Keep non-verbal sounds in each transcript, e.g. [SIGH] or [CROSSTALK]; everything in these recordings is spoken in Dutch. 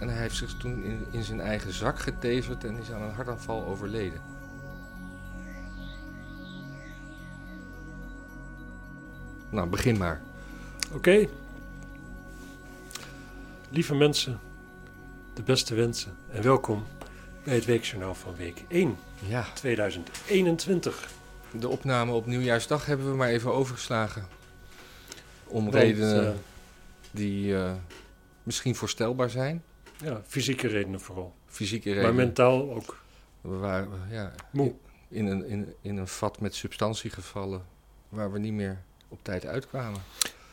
En hij heeft zich toen in, in zijn eigen zak geteverd en is aan een hartaanval overleden. Nou, begin maar. Oké. Lieve mensen, de beste wensen en welkom bij het weekjournaal van week 1 Ja, 2021. de opname op Nieuwjaarsdag hebben we maar even overgeslagen. Om Want, redenen eh, die eh, misschien voorstelbaar zijn. ja, fysieke redenen vooral. Fysieke Maar redenen. mentaal ook. We waren eh, ja, Moe. in, een, in, in een vat met substantie gevallen waar we niet meer op tijd uitkwamen.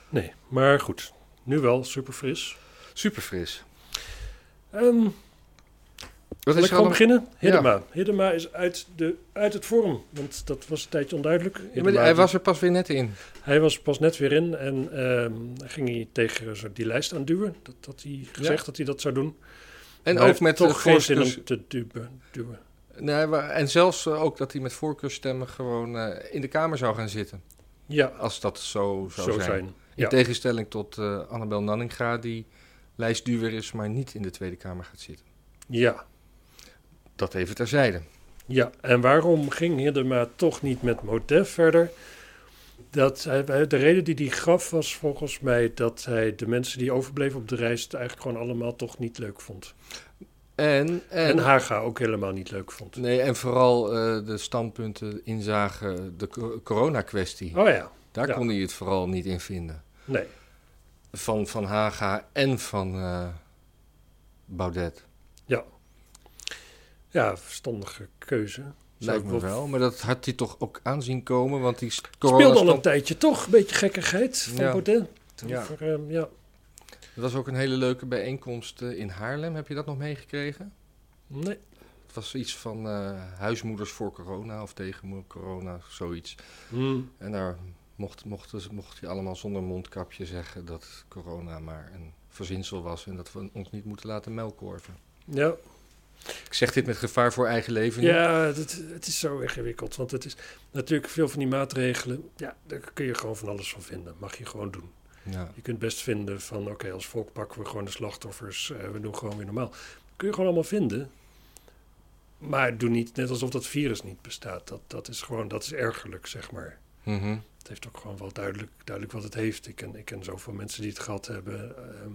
Nee, maar goed. Nu wel, super fris. Super fris. Ehm Wat is er Zal ik gewoon allemaal... beginnen? Hiddema. Hiddema is uit, de, uit het vorm, want dat was een tijdje onduidelijk. Ja, maar Hiddema- hij was er pas weer net in. hij was pas net weer in en ehm, ging hij tegen zo die lijst aanduwen. Dat had hij gezegd dat hij dat zou doen. En Maar hij ook heeft met toch geen zin voorkeurs... om te duwen. duwen. Nee, maar- en zelfs eh, ook dat hij met voorkeursstemmen gewoon eh, in de Kamer zou gaan zitten. Ja, Als dat zo zo, zou zijn. zijn. In Ja. tegenstelling tot eh Annabel Nanninga, die lijstduwer is, maar niet in de Tweede Kamer gaat zitten. ja, Dat even terzijde. ja. En waarom ging Hiddema toch niet met Modef verder? Dat hij, de reden die hij gaf was volgens mij dat hij de mensen die overbleven op de reis het eigenlijk gewoon allemaal toch niet leuk vond. En, En, en, Haga ook helemaal niet leuk vond. nee, en vooral eh, de standpunten inzagen de co- coronakwestie. Oh ja, Daar ja. kon hij het vooral niet in vinden. nee. Van Van Haga en van eh, Baudet. Ja, verstandige keuze. Zou Lijkt ik me wel, maar dat had hij toch ook aanzien komen, want die Speelde al coronastand- een tijdje toch, een beetje gekkigheid van Ja. Baudet. Ja. Over, ehm, ja. Er was ook een hele leuke bijeenkomst eh, in Haarlem. Heb je dat nog meegekregen? Nee. Het was iets van eh, huismoeders voor corona of tegen mo- corona, zoiets. Hmm. En daar mocht, mochten ze- mocht hij allemaal zonder mondkapje zeggen dat corona maar een verzinsel was en dat we ons niet moeten laten melkorven. Ja, Ik zeg dit met gevaar voor eigen leven. niet. ja het, het is zo ingewikkeld. Want het is natuurlijk veel van die maatregelen. Ja, daar kun je gewoon van alles van vinden. Mag je gewoon doen. Ja. Je kunt best vinden van oké, als volk pakken we gewoon de slachtoffers. eh, we doen gewoon weer normaal. kun je gewoon allemaal vinden. Maar doe niet net alsof dat virus niet bestaat. Dat, dat is gewoon, dat is ergerlijk, zeg maar. Mhm. Het heeft ook gewoon wel duidelijk, duidelijk wat het heeft. Ik ken, ik ken zoveel mensen die het gehad hebben. Ehm,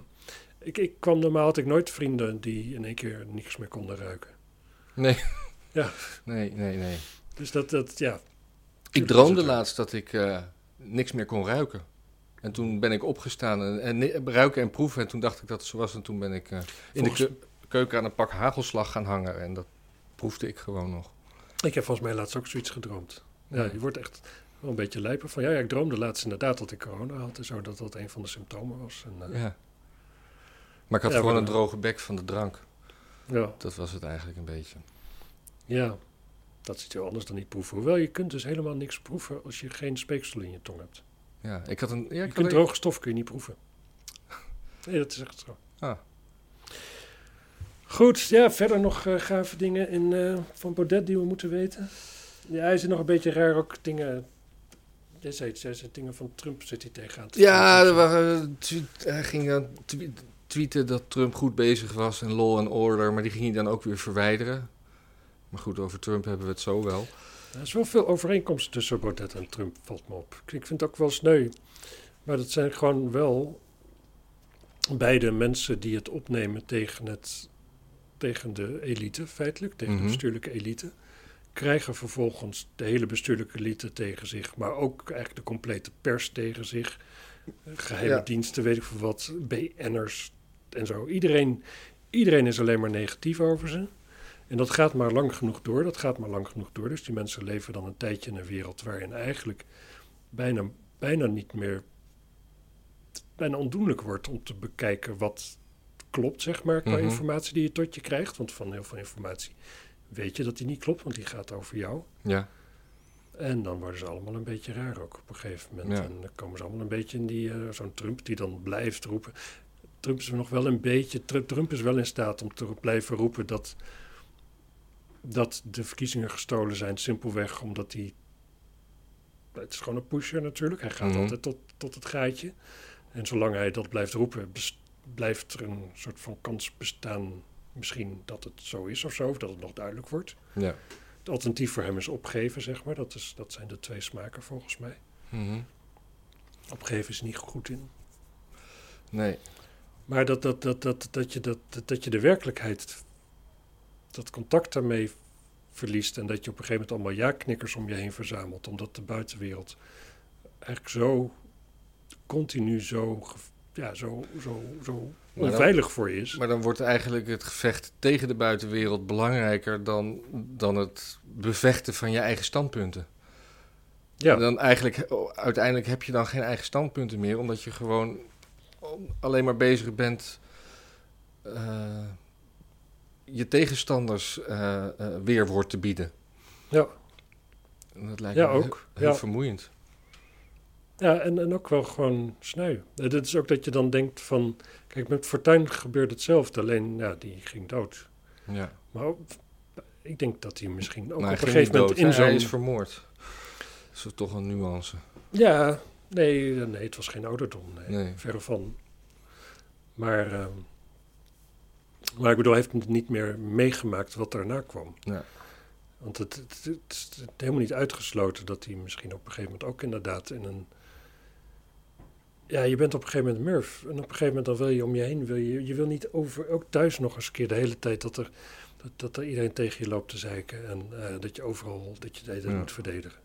ik, ik kwam normaal, had ik nooit vrienden die in één keer niks meer konden ruiken. Nee, nee, nee. Dus dat, dat ja. Ik droomde laatst dat ik eh, niks meer kon ruiken. En toen ben ik opgestaan en, en ni- ruiken en proeven. En toen dacht ik dat het zo was. En toen ben ik eh, in Volgens- de keu- keuken aan een pak hagelslag gaan hangen. En dat proefde ik gewoon nog. Ik heb volgens mij laatst ook zoiets gedroomd. Ja, je wordt echt wel een beetje lijper van. Ja, ja, ik droomde laatst inderdaad dat ik corona had en zo. Dat dat een van de symptomen was. En, eh, Ja. Maar ik had Ja, gewoon maar- een droge bek van de drank. ja. Dat was het eigenlijk een beetje. ja, dat is iets heel anders dan niet proeven. Hoewel, je kunt dus helemaal niks proeven als je geen speeksel in je tong hebt. Ja, ik had een... Ja, ik je kunt had een- droge stof kun je niet [LAUGHS] proeven. Nee, dat is echt zo. Ah. Goed, ja, verder nog eh, gave dingen in, eh, van Baudet die we moeten weten. Ja, hij zit nog een beetje raar ook dingen... Hij zei, zei- zei dingen van Trump zit hij tegenaan. te ja, er praten. waren, eh, tweet- hij ging dan twe- tweeten dat Trump goed bezig was en law and order. Maar die ging hij dan ook weer verwijderen. Maar goed, over Trump hebben we het zo wel. Er is wel veel overeenkomsten tussen Baudet en Trump, valt me op. Ik ik vind het ook wel sneu. Maar dat zijn gewoon wel beide mensen die het opnemen tegen, het, tegen de elite, feitelijk, tegen Mhm. de bestuurlijke elite. Krijgen vervolgens de hele bestuurlijke elite tegen zich, maar ook eigenlijk de complete pers tegen zich. Eh, Geheime Ja. diensten, weet ik veel wat, BN'ers en zo. Iedereen, iedereen is alleen maar negatief over ze. En dat gaat maar lang genoeg door, dat gaat maar lang genoeg door. Dus die mensen leven dan een tijdje in een wereld waarin eigenlijk bijna, bijna niet meer, bijna ondoenlijk wordt om te bekijken wat klopt, zeg maar, qua Mhm. informatie die je tot je krijgt. Want van heel veel informatie weet je dat die niet klopt, want die gaat over jou. Ja, En dan worden ze allemaal een beetje raar ook op een gegeven moment. Ja. En dan komen ze allemaal een beetje in die, eh, zo'n Trump die dan blijft roepen. Trump is nog wel een beetje, Trump, Trump is wel in staat om te blijven roepen dat, dat de verkiezingen gestolen zijn. Simpelweg omdat hij, het is gewoon een pusher natuurlijk. Hij gaat Mhm. altijd tot, tot het gaatje. En zolang hij dat blijft roepen, bes- blijft er een soort van kans bestaan, misschien dat het zo is of zo, of dat het nog duidelijk wordt. Ja. Het alternatief voor hem is opgeven, zeg maar. Dat, is, dat zijn de twee smaken volgens mij. Mhm. Opgeven is niet goed in. Nee. Maar dat, dat, dat, dat, dat, je, dat, dat- dat je de werkelijkheid, dat contact daarmee verliest. En dat je op een gegeven moment allemaal ja-knikkers om je heen verzamelt. Omdat de buitenwereld eigenlijk zo continu zo, ge- ja, zo, zo, zo Maar dan- onveilig voor je is. Maar dan wordt eigenlijk het gevecht tegen de buitenwereld belangrijker dan, dan het bevechten van je eigen standpunten. Ja, En dan eigenlijk, oh, uiteindelijk heb je dan geen eigen standpunten meer, omdat je gewoon om- alleen maar bezig bent eh, je tegenstanders eh, eh, weerwoord te bieden. ja, En dat lijkt ja me heel- ook. heel, Ja, vermoeiend. ja en, en ook wel gewoon sneu. Eh, Dit is ook dat je dan denkt van... Kijk, met Fortuyn gebeurt hetzelfde, alleen ja, die ging dood. Ja. Maar ook- ik denk dat hij misschien ook Maar Nou, hij op een ging gegeven niet moment dood, in hè? Hij zo'n... is vermoord. Dat is toch een nuance. Ja, nee, eh, nee, het was geen ouderdom. Nee, Nee. Verre van. Maar, ehm, maar ik bedoel, hij heeft niet meer meegemaakt wat daarna kwam. Ja. Want het, het, het is helemaal niet uitgesloten dat hij misschien op een gegeven moment ook inderdaad in een... Ja, je bent op een gegeven moment murf. En op een gegeven moment dan wil je om je heen, wil je, je wil niet over, ook thuis nog eens een keer de hele tijd dat er, dat, dat er iedereen tegen je loopt te zeiken. En eh, dat je overal, dat je de hele tijd Ja. moet verdedigen.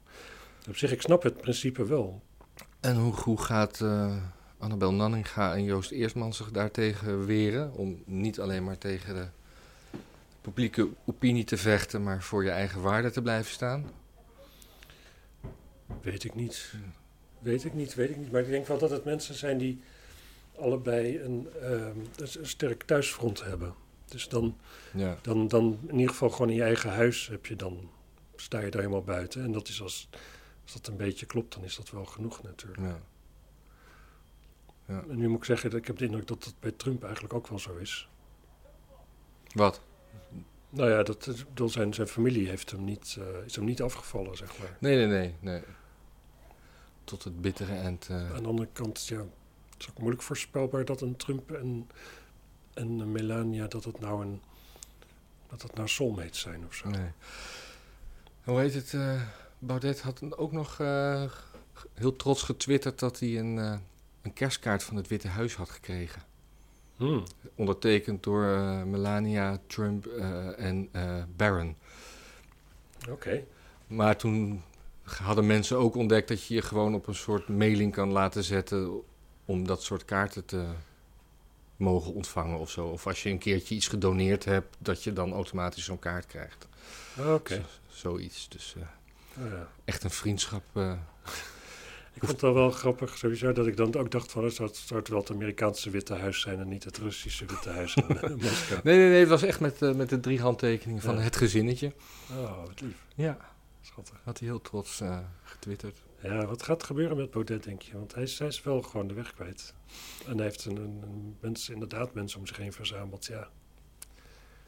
Op zich, ik snap het principe wel. En hoe, hoe gaat eh Annabel Nanninga en Joost Eersman zich daartegen weren? Om niet alleen maar tegen de publieke opinie te vechten, maar voor je eigen waarde te blijven staan? Weet ik niet. Weet ik niet, weet ik niet. Maar ik denk wel dat het mensen zijn die allebei een, ehm, een sterk thuisfront hebben. Dus dan, Ja, dan, dan in ieder geval gewoon in je eigen huis heb je dan, sta je daar helemaal buiten. En dat is als, als dat een beetje klopt, dan is dat wel genoeg natuurlijk. ja. En nu moet ik zeggen, dat ik heb de indruk dat dat bij Trump eigenlijk ook wel zo is. Wat? Nou ja, dat, is- ik bedoel, zijn, zijn familie heeft hem niet, eh, is hem niet afgevallen, zeg maar. Nee, nee, nee. nee. Tot het bittere eind. eh, Aan de andere kant, ja, het is ook moeilijk voorspelbaar dat een Trump en, en een Melania, dat dat nou een dat dat nou soulmates zijn of zo. nee. Hoe heet het? eh, Baudet had ook nog eh, heel trots getwitterd dat hij een, eh, een kerstkaart van het Witte Huis had gekregen. Hmm. Ondertekend door eh, Melania, Trump eh, en eh, Barron. Oké. Maar toen hadden mensen ook ontdekt dat je je gewoon op een soort mailing kan laten zetten om dat soort kaarten te mogen ontvangen of zo. Of als je een keertje iets gedoneerd hebt, dat je dan automatisch zo'n kaart krijgt. Ah, Oké. Z- zoiets. Dus eh, Nou ja. echt een vriendschap. eh, Ik vond het wel wel grappig sowieso dat ik dan ook dacht van, het zou, zou het wel het Amerikaanse Witte Huis zijn en niet het Russische Witte Huis in eh, Moskou. Nee, nee, nee, het was echt met, eh, met de drie handtekeningen van Ja. het gezinnetje. Oh, wat lief. Ja, Schattig. had hij heel trots eh, getwitterd. Ja, wat gaat er gebeuren met Baudet, denk je? Want hij is, hij is wel gewoon de weg kwijt. En hij heeft een, een, een mensen, inderdaad mensen om zich heen verzameld, ja.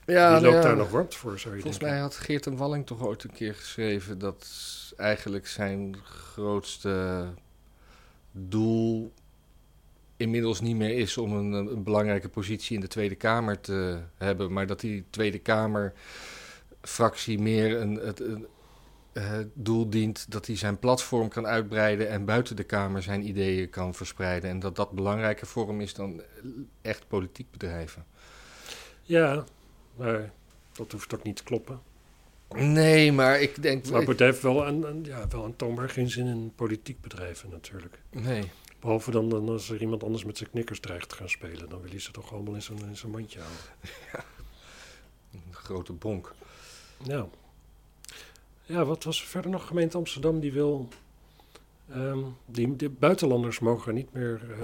Ja, Die loopt daar nog warmte voor, zou je Volgens denken. mij had Geert en Walling toch ooit een keer geschreven dat eigenlijk zijn grootste doel inmiddels niet meer is om een, een belangrijke positie in de Tweede Kamer te hebben, maar dat die Tweede Kamer-fractie meer een, het, een, eh, doel dient dat hij zijn platform kan uitbreiden en buiten de Kamer zijn ideeën kan verspreiden. En dat dat belangrijker voor hem is dan echt politiek bedrijven. Ja, maar dat hoeft ook niet te kloppen. Nee, maar ik denk. Maar ik- Baudet heeft wel een, een- ja, wel een toonbaar geen zin in politiek bedrijven natuurlijk. nee. Behalve dan, dan als er iemand anders met zijn knikkers dreigt te gaan spelen. Dan wil hij ze toch allemaal in zijn, in zijn mandje houden. Een grote bonk. Ja. Nou, ja, wat was er verder nog? Gemeente Amsterdam die wil... ehm, die, de buitenlanders mogen niet meer eh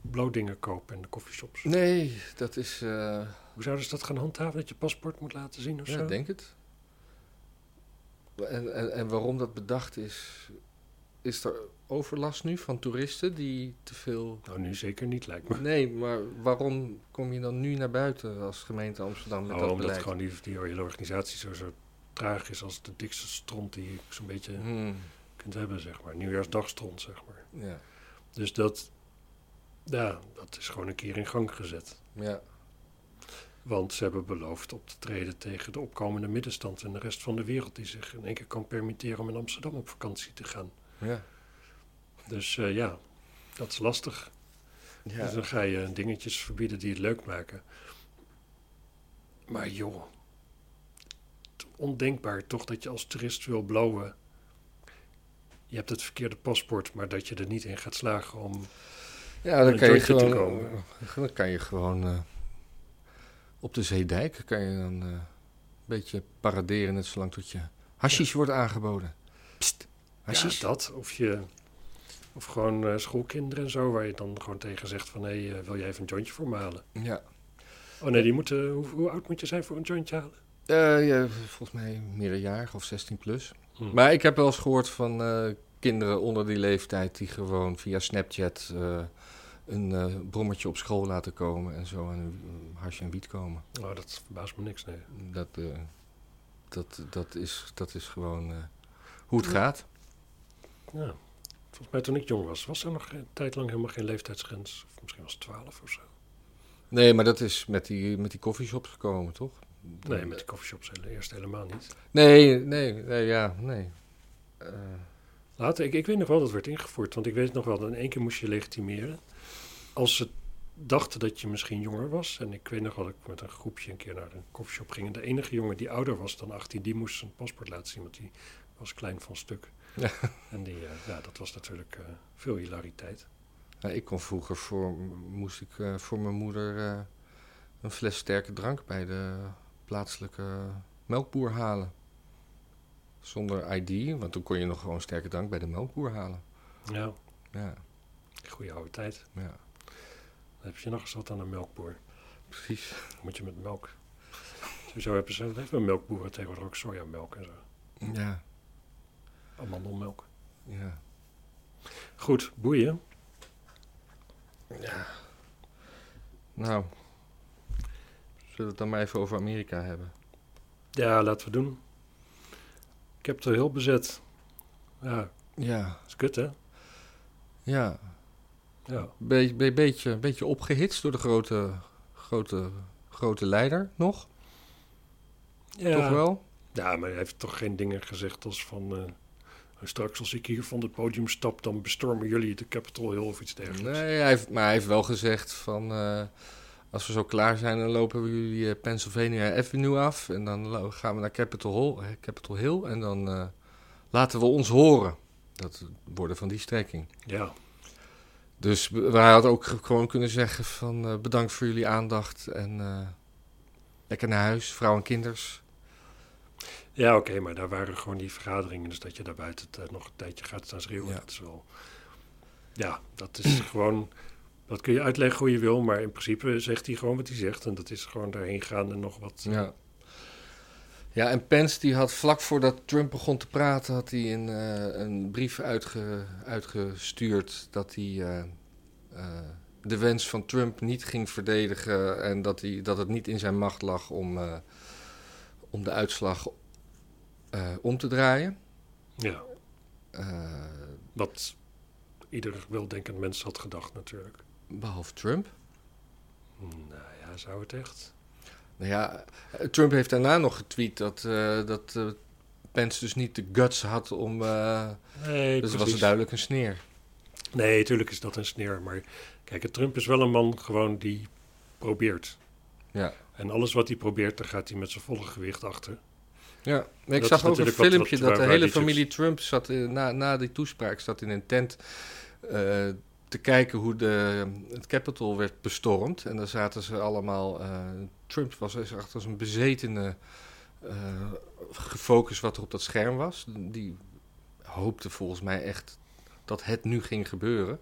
blauwdingen kopen in de coffeeshops. Nee, dat is. eh Hoe zouden ze dat gaan handhaven? Dat je paspoort moet laten zien of ja, zo? ik denk het. En, en, en waarom dat bedacht is. Is er overlast nu van toeristen die te [LAUGHS] veel. Nou, nu zeker niet lijkt me. Nee, maar waarom kom je dan nu naar buiten als gemeente Amsterdam met Nou, dat omdat beleid? gewoon die, die hele organisatie zo, zo traag is als de dikste stront die je zo'n beetje Hmm, kunt hebben, zeg maar. Nieuwjaarsdagstront, zeg maar. ja. Dus dat, Ja, dat is gewoon een keer in gang gezet. Ja. Want ze hebben beloofd op te treden tegen de opkomende middenstand en de rest van de wereld die zich in één keer kan permitteren om in Amsterdam op vakantie te gaan. Ja. Dus eh, ja, dat is lastig. Dus dan ga je dingetjes verbieden die het leuk maken. Maar joh, t- ondenkbaar toch dat je als toerist wil blowen. Je hebt het verkeerde paspoort, maar dat je er niet in gaat slagen om Ja, dan een kan, je jointje te gewoon, komen. dan kan je gewoon eh, op de zeedijk kan je dan eh, een beetje paraderen, net zolang tot je hashish wordt aangeboden. Pst, Ja, hashish? dat. Of, je, of gewoon eh, schoolkinderen en zo, waar je dan gewoon tegen zegt van... hé, eh, wil jij even een jointje voor me halen? Ja. Oh nee, die moeten, hoe, hoe oud moet je zijn voor een jointje halen? Eh, ja, volgens mij meerderjarig of 16 plus. Hm. Maar ik heb wel eens gehoord van eh, kinderen onder die leeftijd die gewoon via Snapchat eh, een eh, brommetje op school laten komen en zo aan hun hasje en wiet komen. Oh, dat verbaast me niks, nee. Dat, eh, dat, dat, is, dat is gewoon eh, hoe het gaat. Ja. Volgens mij toen ik jong was, was er nog een tijd lang helemaal geen leeftijdsgrens. Of misschien was het 12 of zo. Nee, maar dat is met die, met die coffeeshops gekomen, toch? Nee, met de coffeeshops hele- eerst helemaal niet. Nee, nee, nee, ja, nee. Eh, Later, ik, ik weet nog wel dat werd ingevoerd. Want ik weet nog wel dat in één keer moest je legitimeren. Als ze dachten dat je misschien jonger was. En ik weet nog wel dat ik met een groepje een keer naar een koffieshop ging. En de enige jongen die ouder was dan 18, die moest zijn paspoort laten zien. Want die was klein van stuk. Ja. En die, eh, ja, dat was natuurlijk eh, veel hilariteit. nou, ik kon vroeger voor, moest ik eh, voor mijn moeder eh, een fles sterke drank bij de plaatselijke melkboer halen. Zonder ID, want toen kon je nog gewoon sterke drank bij de melkboer halen. Ja, Ja, goede oude tijd. ja, Dan heb je nog eens wat aan een melkboer. precies. Dan moet je met melk. Sowieso hebben ze hebben melkboeren tegenwoordig ook sojamelk en zo. Ja, Amandelmelk. ja. Goed, boeien. Nou, zullen we het dan maar even over Amerika hebben? Ja, laten we doen. Ik heb het er heel bezet. Ja, Ja, dat is kut, hè? ja. Ja. Be- be- beetje, beetje opgehitst door de grote, grote, grote leider nog, ja. toch wel? Ja, maar hij heeft toch geen dingen gezegd als van... eh, straks als ik hier van het podium stap, dan bestormen jullie de Capitol Hill of iets dergelijks. Nee, hij heeft, maar hij heeft wel gezegd van... eh, als we zo klaar zijn, dan lopen we jullie eh, Pennsylvania Avenue af... en dan lo- gaan we naar Capitol Hill, eh, Capitol Hill en dan eh, laten we ons horen. Dat worden van die strekking. Ja, Dus we- wij hadden ook ge- gewoon kunnen zeggen van... eh, bedankt voor jullie aandacht en eh, lekker naar huis, vrouw en kinders. ja oké, maar daar waren gewoon die vergaderingen. Dus dat je daar buiten eh, nog een tijdje gaat staan schreeuwen, Ja. dat is wel... Ja, dat is [CLEARS THROAT] gewoon... Dat kun je uitleggen hoe je wil, maar in principe zegt hij gewoon wat hij zegt. En dat is gewoon daarheen gaan en nog wat... Ja. Ja, en Pence die had vlak voordat Trump begon te praten, had hij een, eh, een brief uitge, uitgestuurd dat hij eh, eh, de wens van Trump niet ging verdedigen en dat, hij, dat het niet in zijn macht lag om, eh, om de uitslag eh, om te draaien. Ja, Eh, wat ieder weldenkend mens had gedacht natuurlijk. behalve Trump. Nou ja, zou het echt? Nou ja, eh, Trump heeft daarna nog getweet dat, eh, dat eh, Pence dus niet de guts had om. eh, Nee, dus het was duidelijk een sneer. Nee, tuurlijk is dat een sneer. Maar kijk, Trump is wel een man gewoon die probeert. Ja. En alles wat hij probeert, daar gaat hij met zijn volle gewicht achter. Ja, maar ik Dat zag ook is een natuurlijk wat- filmpje wat- dat waar- de waar hele die dus- chips- familie Trump zat eh, na, na die toespraak zat in een tent eh, te kijken hoe de, het Capitol werd bestormd. En daar zaten ze allemaal. eh, Trump was echt als een bezetene eh, gefocust wat er op dat scherm was. Die hoopte volgens mij echt dat het nu ging gebeuren.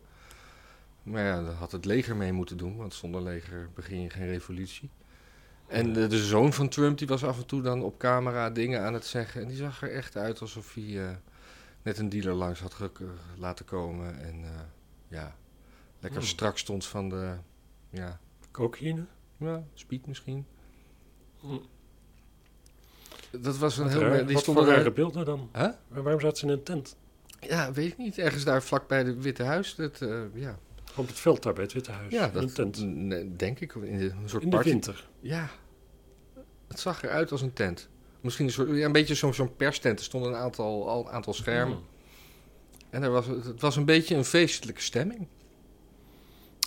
Maar ja, daar had het leger mee moeten doen, want zonder leger begin je geen revolutie. En de, de zoon van Trump die was af en toe dan op camera dingen aan het zeggen. En die zag er echt uit alsof hij eh, net een dealer langs had gek- eh, laten komen. En eh, ja, lekker Hmm. strak stond van de ja, Cocaïne? ja, speed misschien. Hmm. Mm. Dat was een Wat heel... raar- die wat stonden voor daar- rare beelden dan? Huh? Maar waarom zaten ze in een tent? Ja, weet ik niet. Ergens daar vlakbij het Witte Huis. Dat, eh, ja. Op het veld daar bij het Witte Huis. Ja, in een tent. In n- n- denk ik. In de, een soort de party. winter. Ja, het zag eruit als een tent. Misschien een, soort, ja, een beetje zo- zo'n perstent. Er stonden een aantal, al een aantal schermen. Hmm. En er was, het was een beetje een feestelijke stemming.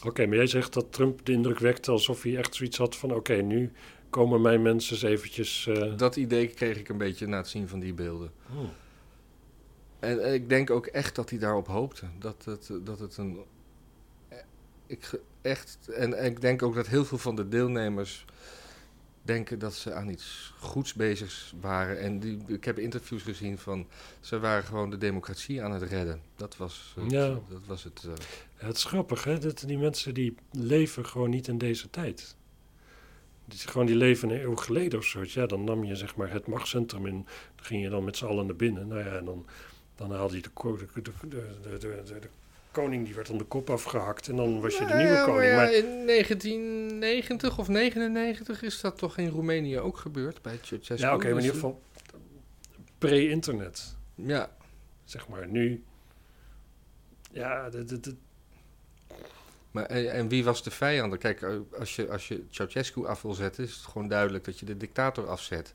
Oké, maar jij zegt dat Trump de indruk wekte alsof hij echt zoiets had van... oké, nu komen mijn mensen eens eventjes... eh, Dat idee kreeg ik een beetje na het zien van die beelden. hmm. En eh, ik denk ook echt dat hij daarop hoopte. Dat het, eh, dat het een. eh, Ik, ge- echt, en en ik denk ook dat heel veel van de deelnemers denken dat ze aan iets goeds bezig waren. En die, ik heb interviews gezien van. ze waren gewoon de democratie aan het redden. Dat was het. Ja. Dat was het eh. Ja, het is grappig, hè? Dat die mensen die leven gewoon niet in deze tijd. Die, gewoon die leven een eeuw geleden of zo. Ja, dan nam je zeg maar het machtscentrum in. Dan ging je dan met z'n allen naar binnen. Nou ja, en dan, dan haalde je de, ko- de, de, de, de, de- de- de koning, die werd dan de kop afgehakt. En dan was je de Nou nieuwe ja, maar koning. ja, Maar, in 1990 of 99 is dat toch in Roemenië ook gebeurd bij Ceausescu. ja, oké, maar in Dus, ieder geval pre-internet. Ja, Zeg maar nu. Ja, de, de, de- Maar, eh, en, en wie was de vijand? Kijk, eh, als je, als je Ceausescu af wil zetten, is het gewoon duidelijk dat je de dictator afzet.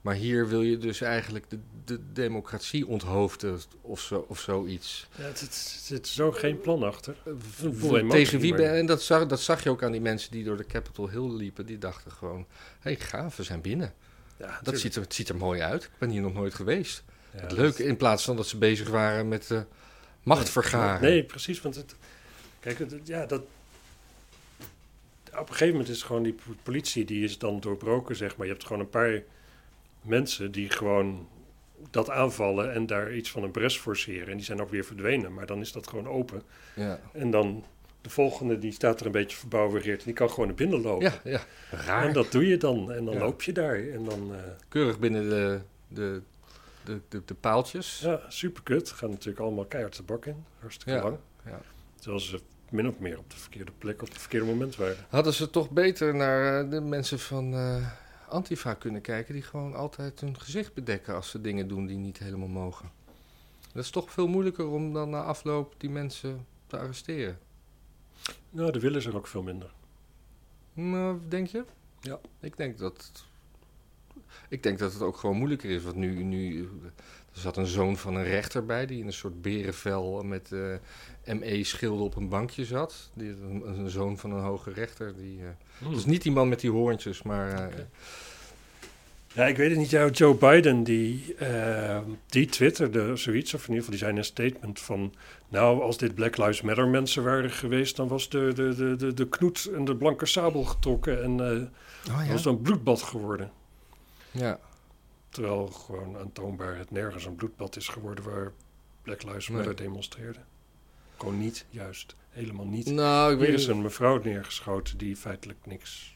Maar hier wil je dus eigenlijk de, de democratie onthoofden of, zo, of zoiets. ja, het, het, het zit zo geen plan achter. Eh, een boel emotie, Tegen wie maar- ben En dat zag, dat zag je ook aan die mensen die door de Capitol Hill liepen. Die dachten gewoon, hé hey, gaaf, we zijn binnen. Ja, Dat ziet er, het ziet er mooi uit. Ik ben hier nog nooit geweest. ja, Leuk, in plaats van dat ze bezig waren met eh, macht vergaren. Nee, precies. Want het, kijk, het- het- ja, dat. Op een gegeven moment is gewoon die po- politie die is dan doorbroken, zeg maar. Je hebt gewoon een paar mensen die gewoon dat aanvallen en daar iets van een bres forceren. En die zijn ook weer verdwenen, maar dan is dat gewoon open. Ja, En dan de volgende, die staat er een beetje verbouwereerd en die kan gewoon naar binnen lopen. ja, ja. En raar. dat doe je dan. En dan Ja. loop je daar. En dan, eh, Keurig binnen de, de, de, de, de paaltjes. ja, super kut. Gaan natuurlijk allemaal keihard de bak in. Hartstikke Ja, lang. ja. Terwijl ze min of meer op de verkeerde plek, op het verkeerde moment waren. Hadden ze toch beter naar eh, de mensen van eh, Antifa kunnen kijken, die gewoon altijd hun gezicht bedekken als ze dingen doen die niet helemaal mogen. Dat is toch veel moeilijker om dan na afloop die mensen te arresteren. Nou, de willen is er ook veel minder. Nou, denk je? Ja. Ik denk dat. het- Ik denk dat het ook gewoon moeilijker is. Want nu, nu. Er zat een zoon van een rechter bij. die in een soort berenvel. met eh, ME-schilden op een bankje zat. Die, een, een zoon van een hoge rechter. Die, eh, Dus niet die man met die hoorntjes, maar. eh, Hm. Oké. Ja, ik weet het niet. Ja, Joe Biden, die, eh, die twitterde zoiets, of in ieder geval die zei een statement van... Nou, als dit Black Lives Matter mensen waren geweest, dan was de, de, de, de, de knoet en de blanke sabel getrokken. En eh Oh ja. was dan bloedbad geworden. Ja, Terwijl gewoon aantoonbaar het nergens een bloedbad is geworden waar Black Lives Nee. Matter demonstreerde. Gewoon niet, juist. Helemaal niet. nou, ik Hier weet is het. een mevrouw neergeschoten die feitelijk niks...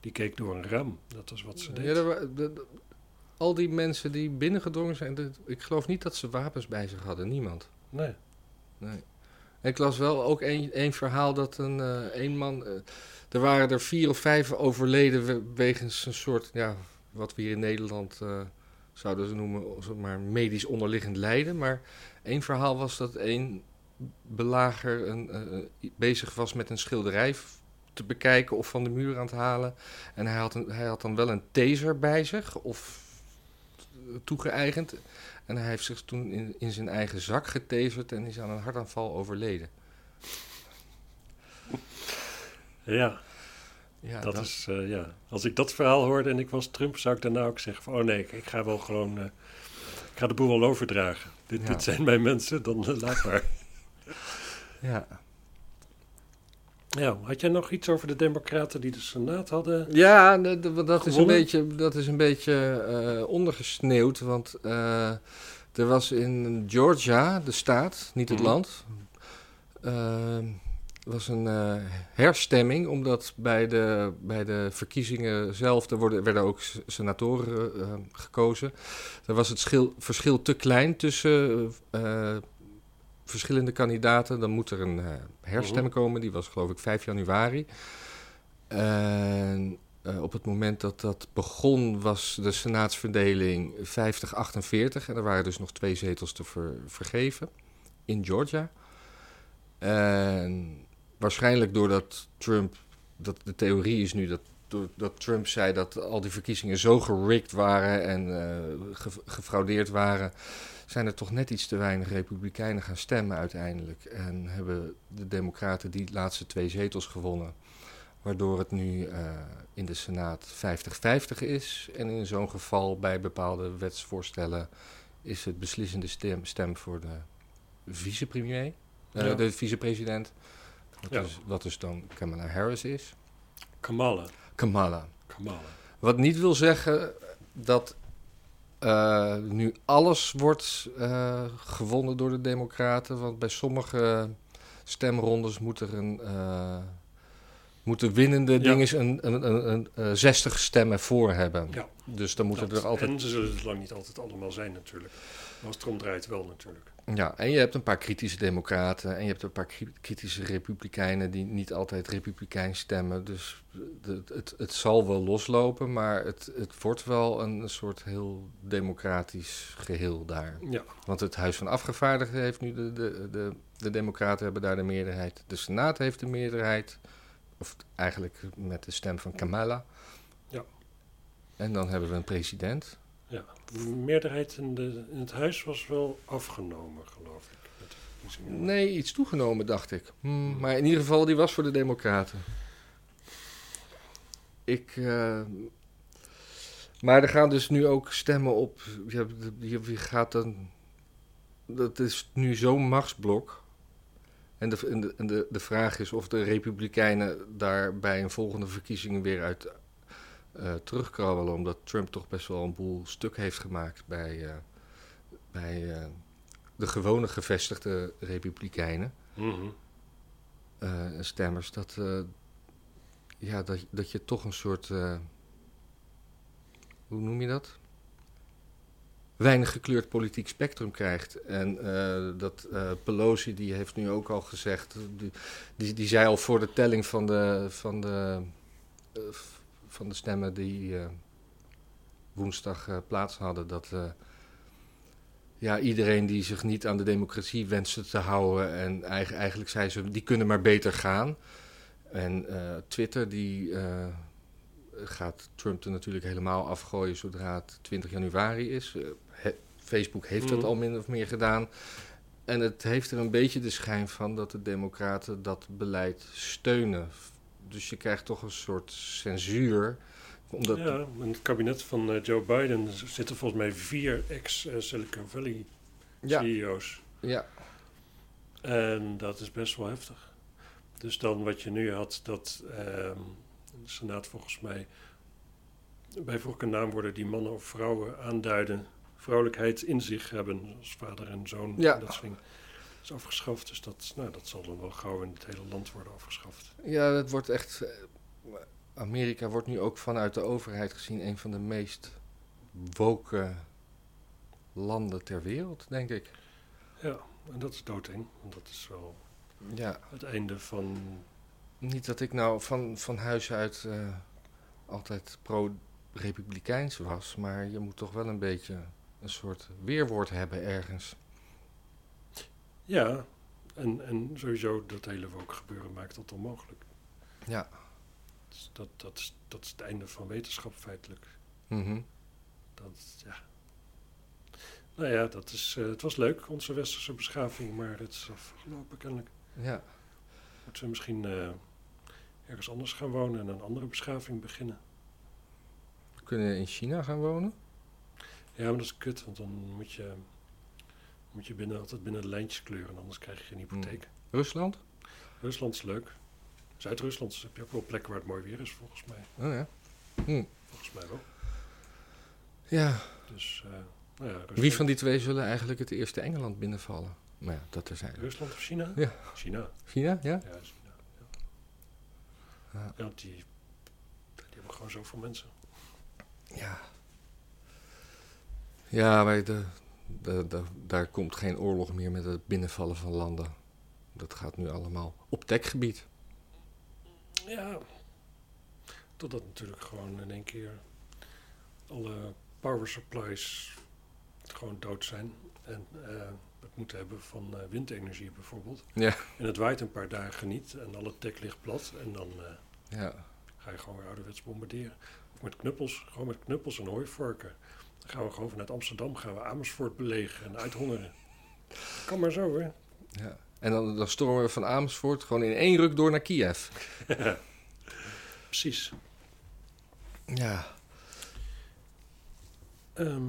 Die keek door een raam. Dat was wat ze deed. Ja, er wa- de- de- al die mensen die binnengedrongen zijn, de- ik geloof niet dat ze wapens bij zich hadden, niemand. Nee. Nee. En ik las wel ook één één verhaal dat een, eh één man. eh, er waren er vier of vijf overleden we- wegens een soort. Ja, wat we hier in Nederland eh, zouden ze noemen. eh, zeg maar medisch onderliggend lijden. Maar één verhaal was dat één belager een, eh, eh, bezig was met een schilderij f- te bekijken of van de muur aan het halen. En hij had, een, hij had dan wel een taser bij zich of eh, toegeëigend. En hij heeft zich toen in, in zijn eigen zak getaserd en is aan een hartaanval overleden. Ja, Ja, dat is, eh, ja. Als ik dat verhaal hoorde en ik was Trump, zou ik daarna ook zeggen van... oh nee, ik, ik ga wel gewoon... eh, ik ga de boel wel overdragen. Dit, Ja. dit zijn mijn mensen, dan eh, laat maar. Ja. ja, had jij nog iets over de democraten die de Senaat hadden? Ja, de- de- want dat is een Gewonnen? beetje, dat is een beetje eh, ondergesneeuwd. Want eh, er was in Georgia, de staat, niet het Mhm. land, eh, was een eh, herstemming. Omdat bij de, bij de verkiezingen zelf, er worden, werden ook s- senatoren eh, gekozen. Er was het schil- verschil te klein tussen eh, eh, verschillende kandidaten. Dan moet er een eh, herstem komen. Die was geloof ik 5 januari. En eh, op het moment dat dat begon was de senaatsverdeling 50-48. En er waren dus nog twee zetels te ver- vergeven in Georgia. En waarschijnlijk doordat Trump, dat de theorie is nu dat, door- dat Trump zei dat al die verkiezingen zo gerikt waren en eh, ge- gefraudeerd waren, zijn er toch net iets te weinig republikeinen gaan stemmen uiteindelijk. En hebben de democraten die laatste twee zetels gewonnen. Waardoor het nu eh, in de Senaat 50-50 is. En in zo'n geval bij bepaalde wetsvoorstellen is het beslissende stem, stem voor de vicepremier, eh, Ja. de vicepresident. Wat, Ja. dus, wat dus dan Kamala Harris is. Kamala. Kamala. Kamala. Wat niet wil zeggen dat eh, nu alles wordt eh, gewonnen door de Democraten. Want bij sommige stemrondes moet er een. eh, moet de winnende Ja. ding eens een, een, een, een, eh, 60 stemmen voor hebben. Ja. Dus dan moeten Dat- er altijd. En ze zullen het lang niet altijd allemaal zijn natuurlijk. Maar als het erom draait wel natuurlijk. Ja, en je hebt een paar kritische Democraten en je hebt een paar kri- kritische Republikeinen die niet altijd Republikein stemmen. Dus de- het, het zal wel loslopen, maar het, het wordt wel een soort heel democratisch geheel daar. Ja, Want het Huis van Afgevaardigden heeft nu de, de, de, de Democraten hebben daar de meerderheid. De Senaat heeft de meerderheid. Of eigenlijk met de stem van Kamala. Ja. En dan hebben we een president. ja. De meerderheid in, de, in het huis was wel afgenomen, geloof ik. met de verkiezingen. Nee, iets toegenomen, dacht ik. Hmm, maar in ieder geval, die was voor de Democraten. Ik. eh, maar er gaan dus nu ook stemmen op. Je, hebt- je, je gaat dan. Dat is nu zo'n machtsblok. En, de, en, de, en de, de vraag is of de Republikeinen daar bij een volgende verkiezing weer uit eh terugkrabbelen. Omdat Trump toch best wel een boel stuk heeft gemaakt bij, eh, bij eh, de gewone gevestigde Republikeinen Mhm. eh, stemmers dat, eh, ja, dat, dat je toch een soort. eh, hoe noem je dat? Weinig gekleurd politiek spectrum krijgt. En eh, dat eh, Pelosi, die heeft nu ook al gezegd. Die, die, die zei al voor de telling van de, van de, eh, f- van de stemmen die eh, woensdag eh, plaats hadden. Dat. eh, ja, iedereen die zich niet aan de democratie wenste te houden. En eigen- eigenlijk zei ze, die kunnen maar beter gaan. En eh, Twitter, die eh, gaat Trump er natuurlijk helemaal afgooien zodra het 20 januari is. Eh, he- Facebook heeft dat Mhm. al min of meer gedaan. En het heeft er een beetje de schijn van dat de democraten dat beleid steunen. Dus je krijgt toch een soort censuur. Omdat, Ja, in het kabinet van eh, Joe Biden z- zitten volgens mij vier ex-Silicon Valley E ja, CEO's. ja, En dat is best wel heftig. Dus dan wat je nu had, dat ehm, de Senaat volgens mij bij voorkeur naamwoorden die mannen of vrouwen aanduiden, vrouwelijkheid in zich hebben, als vader en zoon. Ja. Dat soort dingen. Dat is afgeschaft, dus dat, nou, dat zal dan wel gauw in het hele land worden afgeschaft. Ja, het wordt echt. eh, Amerika wordt nu ook vanuit de overheid gezien een van de meest woke landen ter wereld, denk ik. Ja, en dat is doodeng, want dat is wel Ja, het einde van niet dat ik nou van, van huis uit eh, altijd pro-republikeins was, maar je moet toch wel een beetje een soort weerwoord hebben ergens. Ja, en, en sowieso dat hele woke gebeuren maakt dat onmogelijk. Ja. Dus dat, dat, is, dat is het einde van wetenschap feitelijk. Mhm. Dat, ja. Nou ja, dat is, eh, het was leuk, onze westerse beschaving, maar het is afgelopen kennelijk. Ja, Moeten we misschien eh, ergens anders gaan wonen en een andere beschaving beginnen. we kunnen in China gaan wonen. Ja, maar dat is kut, want dan moet je, moet je binnen, altijd binnen de lijntjes kleuren, anders krijg je een hypotheek. Hmm. Rusland? Rusland is leuk. Zuid-Rusland heb je ook wel plekken waar het mooi weer is, volgens mij. Oh ja. Volgens mij wel. Ja, Dus, eh, nou ja, Rusland, wie van die twee zullen eigenlijk het eerste Engeland binnenvallen? Maar ja, dat er zijn. Rusland of China? Ja. China. China, ja? Ja, China. Ja. Ja. Ja, want die, die hebben gewoon zoveel mensen. Ja. Ja, maar de, de, de- daar komt geen oorlog meer met het binnenvallen van landen. Dat gaat nu allemaal op techgebied. Ja. Totdat natuurlijk gewoon in één keer alle power supplies gewoon dood zijn. En eh, het moeten hebben van eh, windenergie bijvoorbeeld. Ja. En het waait een paar dagen niet en al het dek ligt plat en dan eh, Ja. ga je gewoon weer ouderwets bombarderen. Of met knuppels, gewoon met knuppels en hooivorken. Dan gaan we gewoon vanuit Amsterdam, gaan we Amersfoort belegen en uithongeren. Kan maar zo hè. ja. En dan, dan stormen we van Amersfoort gewoon in één ruk door naar Kiev. Precies. Ja. Ehm,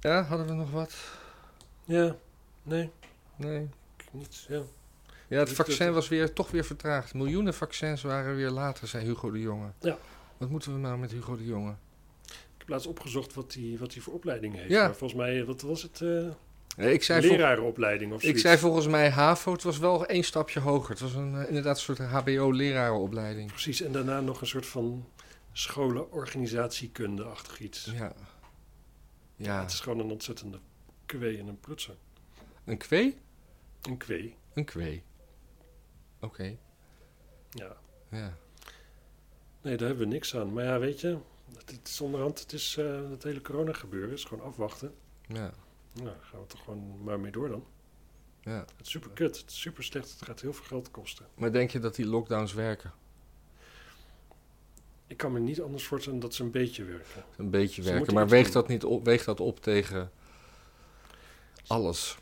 Ja, hadden we nog wat? ja, nee, Nee. niet. Ja. Ja, het Dus vaccin dat- was weer, toch weer vertraagd. Miljoenen vaccins waren weer later, zei Hugo de Jonge. Ja. Wat moeten we nou met Hugo de Jonge? Ik heb laatst opgezocht wat hij wat die voor opleiding heeft. Ja. Maar volgens mij, wat was het? eh Nee, ik, zei vol- lerarenopleiding of ik zoiets. zei volgens mij HAVO. Het was wel één stapje hoger. Het was een, eh, inderdaad een soort HBO-lerarenopleiding. Precies, en daarna nog een soort van scholenorganisatiekunde-achtig iets. Ja. Ja. Het is gewoon een ontzettende kwee en een plutser. Een kwee? Een kwee, Een kwee. Oké. ja. Ja. Nee, daar hebben we niks aan. Maar ja, weet je, het, het is onderhand, het is eh, het hele corona gebeuren. is gewoon afwachten. Ja. Nou, daar gaan we toch gewoon maar mee door dan. Ja. Het is super kut, het is super slecht, het gaat heel veel geld kosten. Maar denk je dat die lockdowns werken? Ik kan me niet anders voorstellen dat ze een beetje werken. Een beetje Ze werken. moeten Maar iets weegt doen. dat, niet op, weegt dat op tegen alles?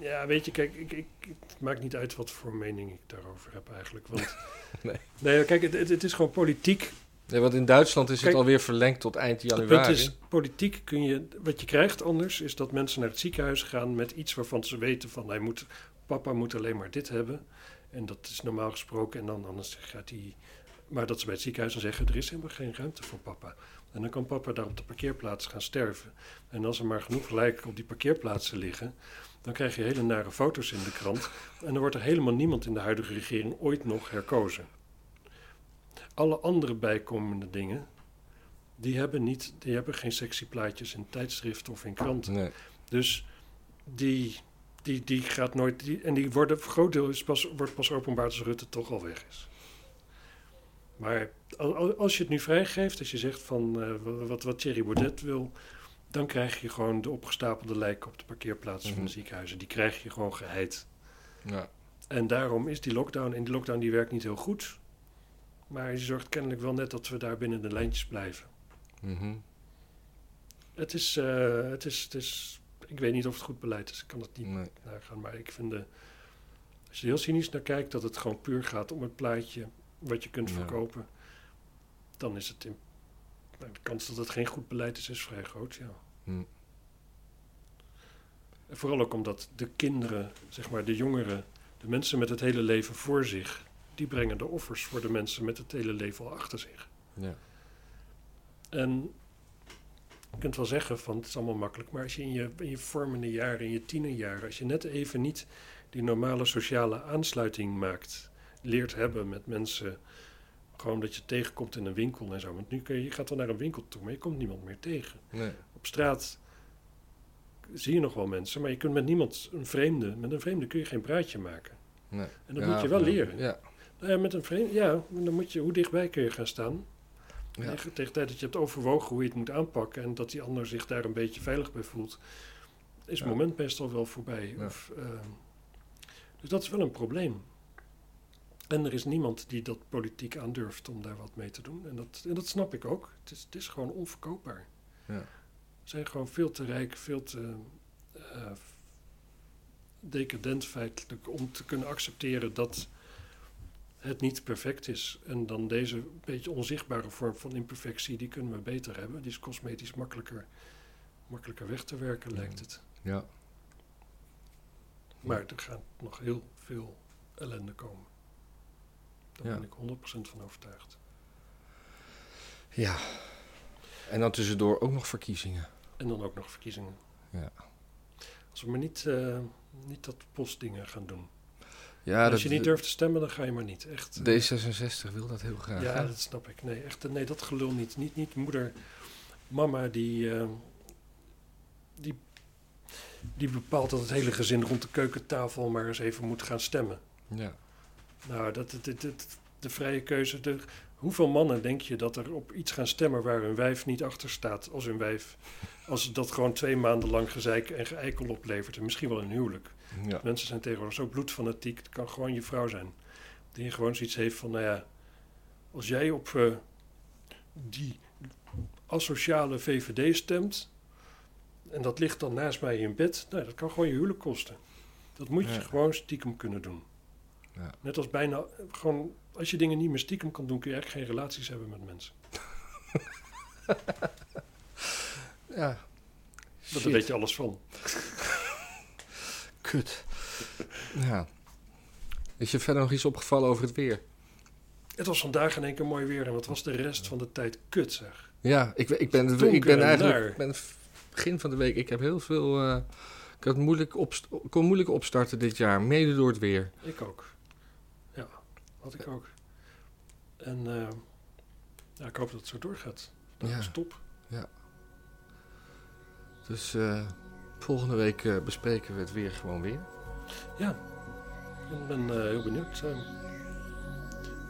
Ja, weet je, kijk, ik, ik, het maakt niet uit wat voor mening ik daarover heb eigenlijk. Want, [LAUGHS] Nee. nee, kijk, het, het, het is gewoon politiek. Nee, want in Duitsland is Kijk, het alweer verlengd tot eind Het januari. punt is, politiek kun je, wat je krijgt anders, is dat mensen naar het ziekenhuis gaan met iets waarvan ze weten van, hij moet, papa moet alleen maar dit hebben. En dat is normaal gesproken. En dan anders gaat hij, maar dat ze bij het ziekenhuis dan zeggen, er is helemaal geen ruimte voor papa. En dan kan papa daar op de parkeerplaats gaan sterven. En als er maar genoeg lijken op die parkeerplaatsen liggen, dan krijg je hele nare foto's in de krant. En dan wordt er helemaal niemand in de huidige regering ooit nog herkozen. Alle andere bijkomende dingen, die hebben, niet, die hebben geen sexy plaatjes in tijdschriften of in kranten. Nee. Dus die, die, die gaat nooit. Die, en die worden, voor groot deel is pas, wordt pas openbaar als Rutte toch al weg is. Maar al- al- als je het nu vrijgeeft, als je zegt van eh, wa- wat, wat Thierry Baudet wil, dan krijg je gewoon de opgestapelde lijken op de parkeerplaatsen van Mhm. de ziekenhuizen. Die krijg je gewoon geheid. Ja. En daarom is die lockdown, en die lockdown die werkt niet heel goed. Maar je zorgt kennelijk wel net dat we daar binnen de lijntjes blijven. Mhm. Het is, eh, het is, het is, ik weet niet of het goed beleid is. Ik kan dat niet Nee. naar gaan. Maar ik vind, de, als je er heel cynisch naar kijkt, dat het gewoon puur gaat om het plaatje wat je kunt Ja. verkopen. Dan is het in, nou, de kans dat het geen goed beleid is, is vrij groot, ja. Hm. En vooral ook omdat de kinderen, zeg maar de jongeren, de mensen met het hele leven voor zich, die brengen de offers voor de mensen met het hele leven al achter zich. Ja. En je kunt wel zeggen van het is allemaal makkelijk, maar als je in je, in je vormende jaren, in je tienerjaren, als je net even niet die normale sociale aansluiting maakt, leert hebben met mensen, gewoon dat je tegenkomt in een winkel en zo. Want nu kun je, je gaat wel naar een winkel toe, maar je komt niemand meer tegen. Nee. Op straat zie je nog wel mensen, maar je kunt met niemand, een vreemde, met een vreemde kun je geen praatje maken. Nee. En dat Ja, moet je wel ja. leren. Ja. Nou ja, met een vreemde, ja, maar dan moet je, hoe dichtbij kun je gaan staan? Ja. Tegen, tegen de tijd dat je hebt overwogen hoe je het moet aanpakken en dat die ander zich daar een beetje veilig bij voelt, is Ja. het moment meestal wel voorbij. Ja. Of, eh, dus dat is wel een probleem. En er is niemand die dat politiek aandurft om daar wat mee te doen. En dat, en dat snap ik ook. Het is, het is gewoon onverkoopbaar. Ja. We zijn gewoon veel te rijk, veel te eh, decadent feitelijk om te kunnen accepteren dat het niet perfect is. En dan deze beetje onzichtbare vorm van imperfectie, die kunnen we beter hebben. Die is cosmetisch makkelijker, makkelijker weg te werken, Ja. lijkt het. Ja. Maar er gaat nog heel veel ellende komen. Daar Ja. ben ik 100% van overtuigd. Ja. En dan tussendoor ook nog verkiezingen. En dan ook nog verkiezingen. Ja. Als we maar niet, eh, niet dat postdingen gaan doen. Ja, Als je dat- niet durft te stemmen, dan ga je maar niet. Echt. eh, D66 wil dat heel graag. Ja, hè? dat snap ik. Nee, echt, nee, dat gelul niet. Niet, niet moeder, mama die, eh, die, die bepaalt dat het hele gezin rond de keukentafel maar eens even moet gaan stemmen. ja. Nou, dat, dat, dat, dat, de vrije keuze. De, hoeveel mannen denk je dat er op iets gaan stemmen waar hun wijf niet achter staat als hun wijf, als dat gewoon twee maanden lang gezeik en geëikel oplevert en misschien wel een huwelijk. Ja. Mensen zijn tegenwoordig zo bloedfanatiek, het kan gewoon je vrouw zijn. Die gewoon zoiets heeft van, nou ja, als jij op eh, die asociale VVD stemt en dat ligt dan naast mij in bed, nou, dat kan gewoon je huwelijk kosten. Dat moet je Ja. gewoon stiekem kunnen doen. Ja. Net als bijna gewoon, als je dingen niet meer stiekem kan doen, kun je eigenlijk geen relaties hebben met mensen. ja. Dat Daar Shit. weet je alles van. Kut. Ja. Is je verder nog iets opgevallen over het weer? Het was vandaag in één keer mooi weer en wat was de rest van de tijd kut zeg. Ja, ik, ik, ben, ik Donker en ben eigenlijk... naar. ik ben f- begin van de week, ik heb heel veel... eh, ik had moeilijk opst- kon moeilijk opstarten dit jaar, mede door het weer. Ik ook. Ja, had ik ook. En eh, ja, ik hoop dat het zo doorgaat. Nou, Dat Ja. is top. Dus eh, volgende week eh, bespreken we het weer gewoon weer. Ik ben eh, heel benieuwd eh,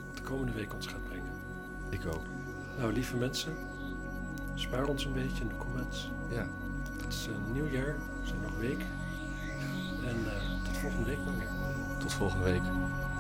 wat de komende week ons gaat brengen. Ik ook. Nou, lieve mensen, spaar ons een beetje in de comments. Ja. Het is een nieuw jaar, er zijn nog een week. En eh, tot eh, volgende week maar weer. Tot volgende week.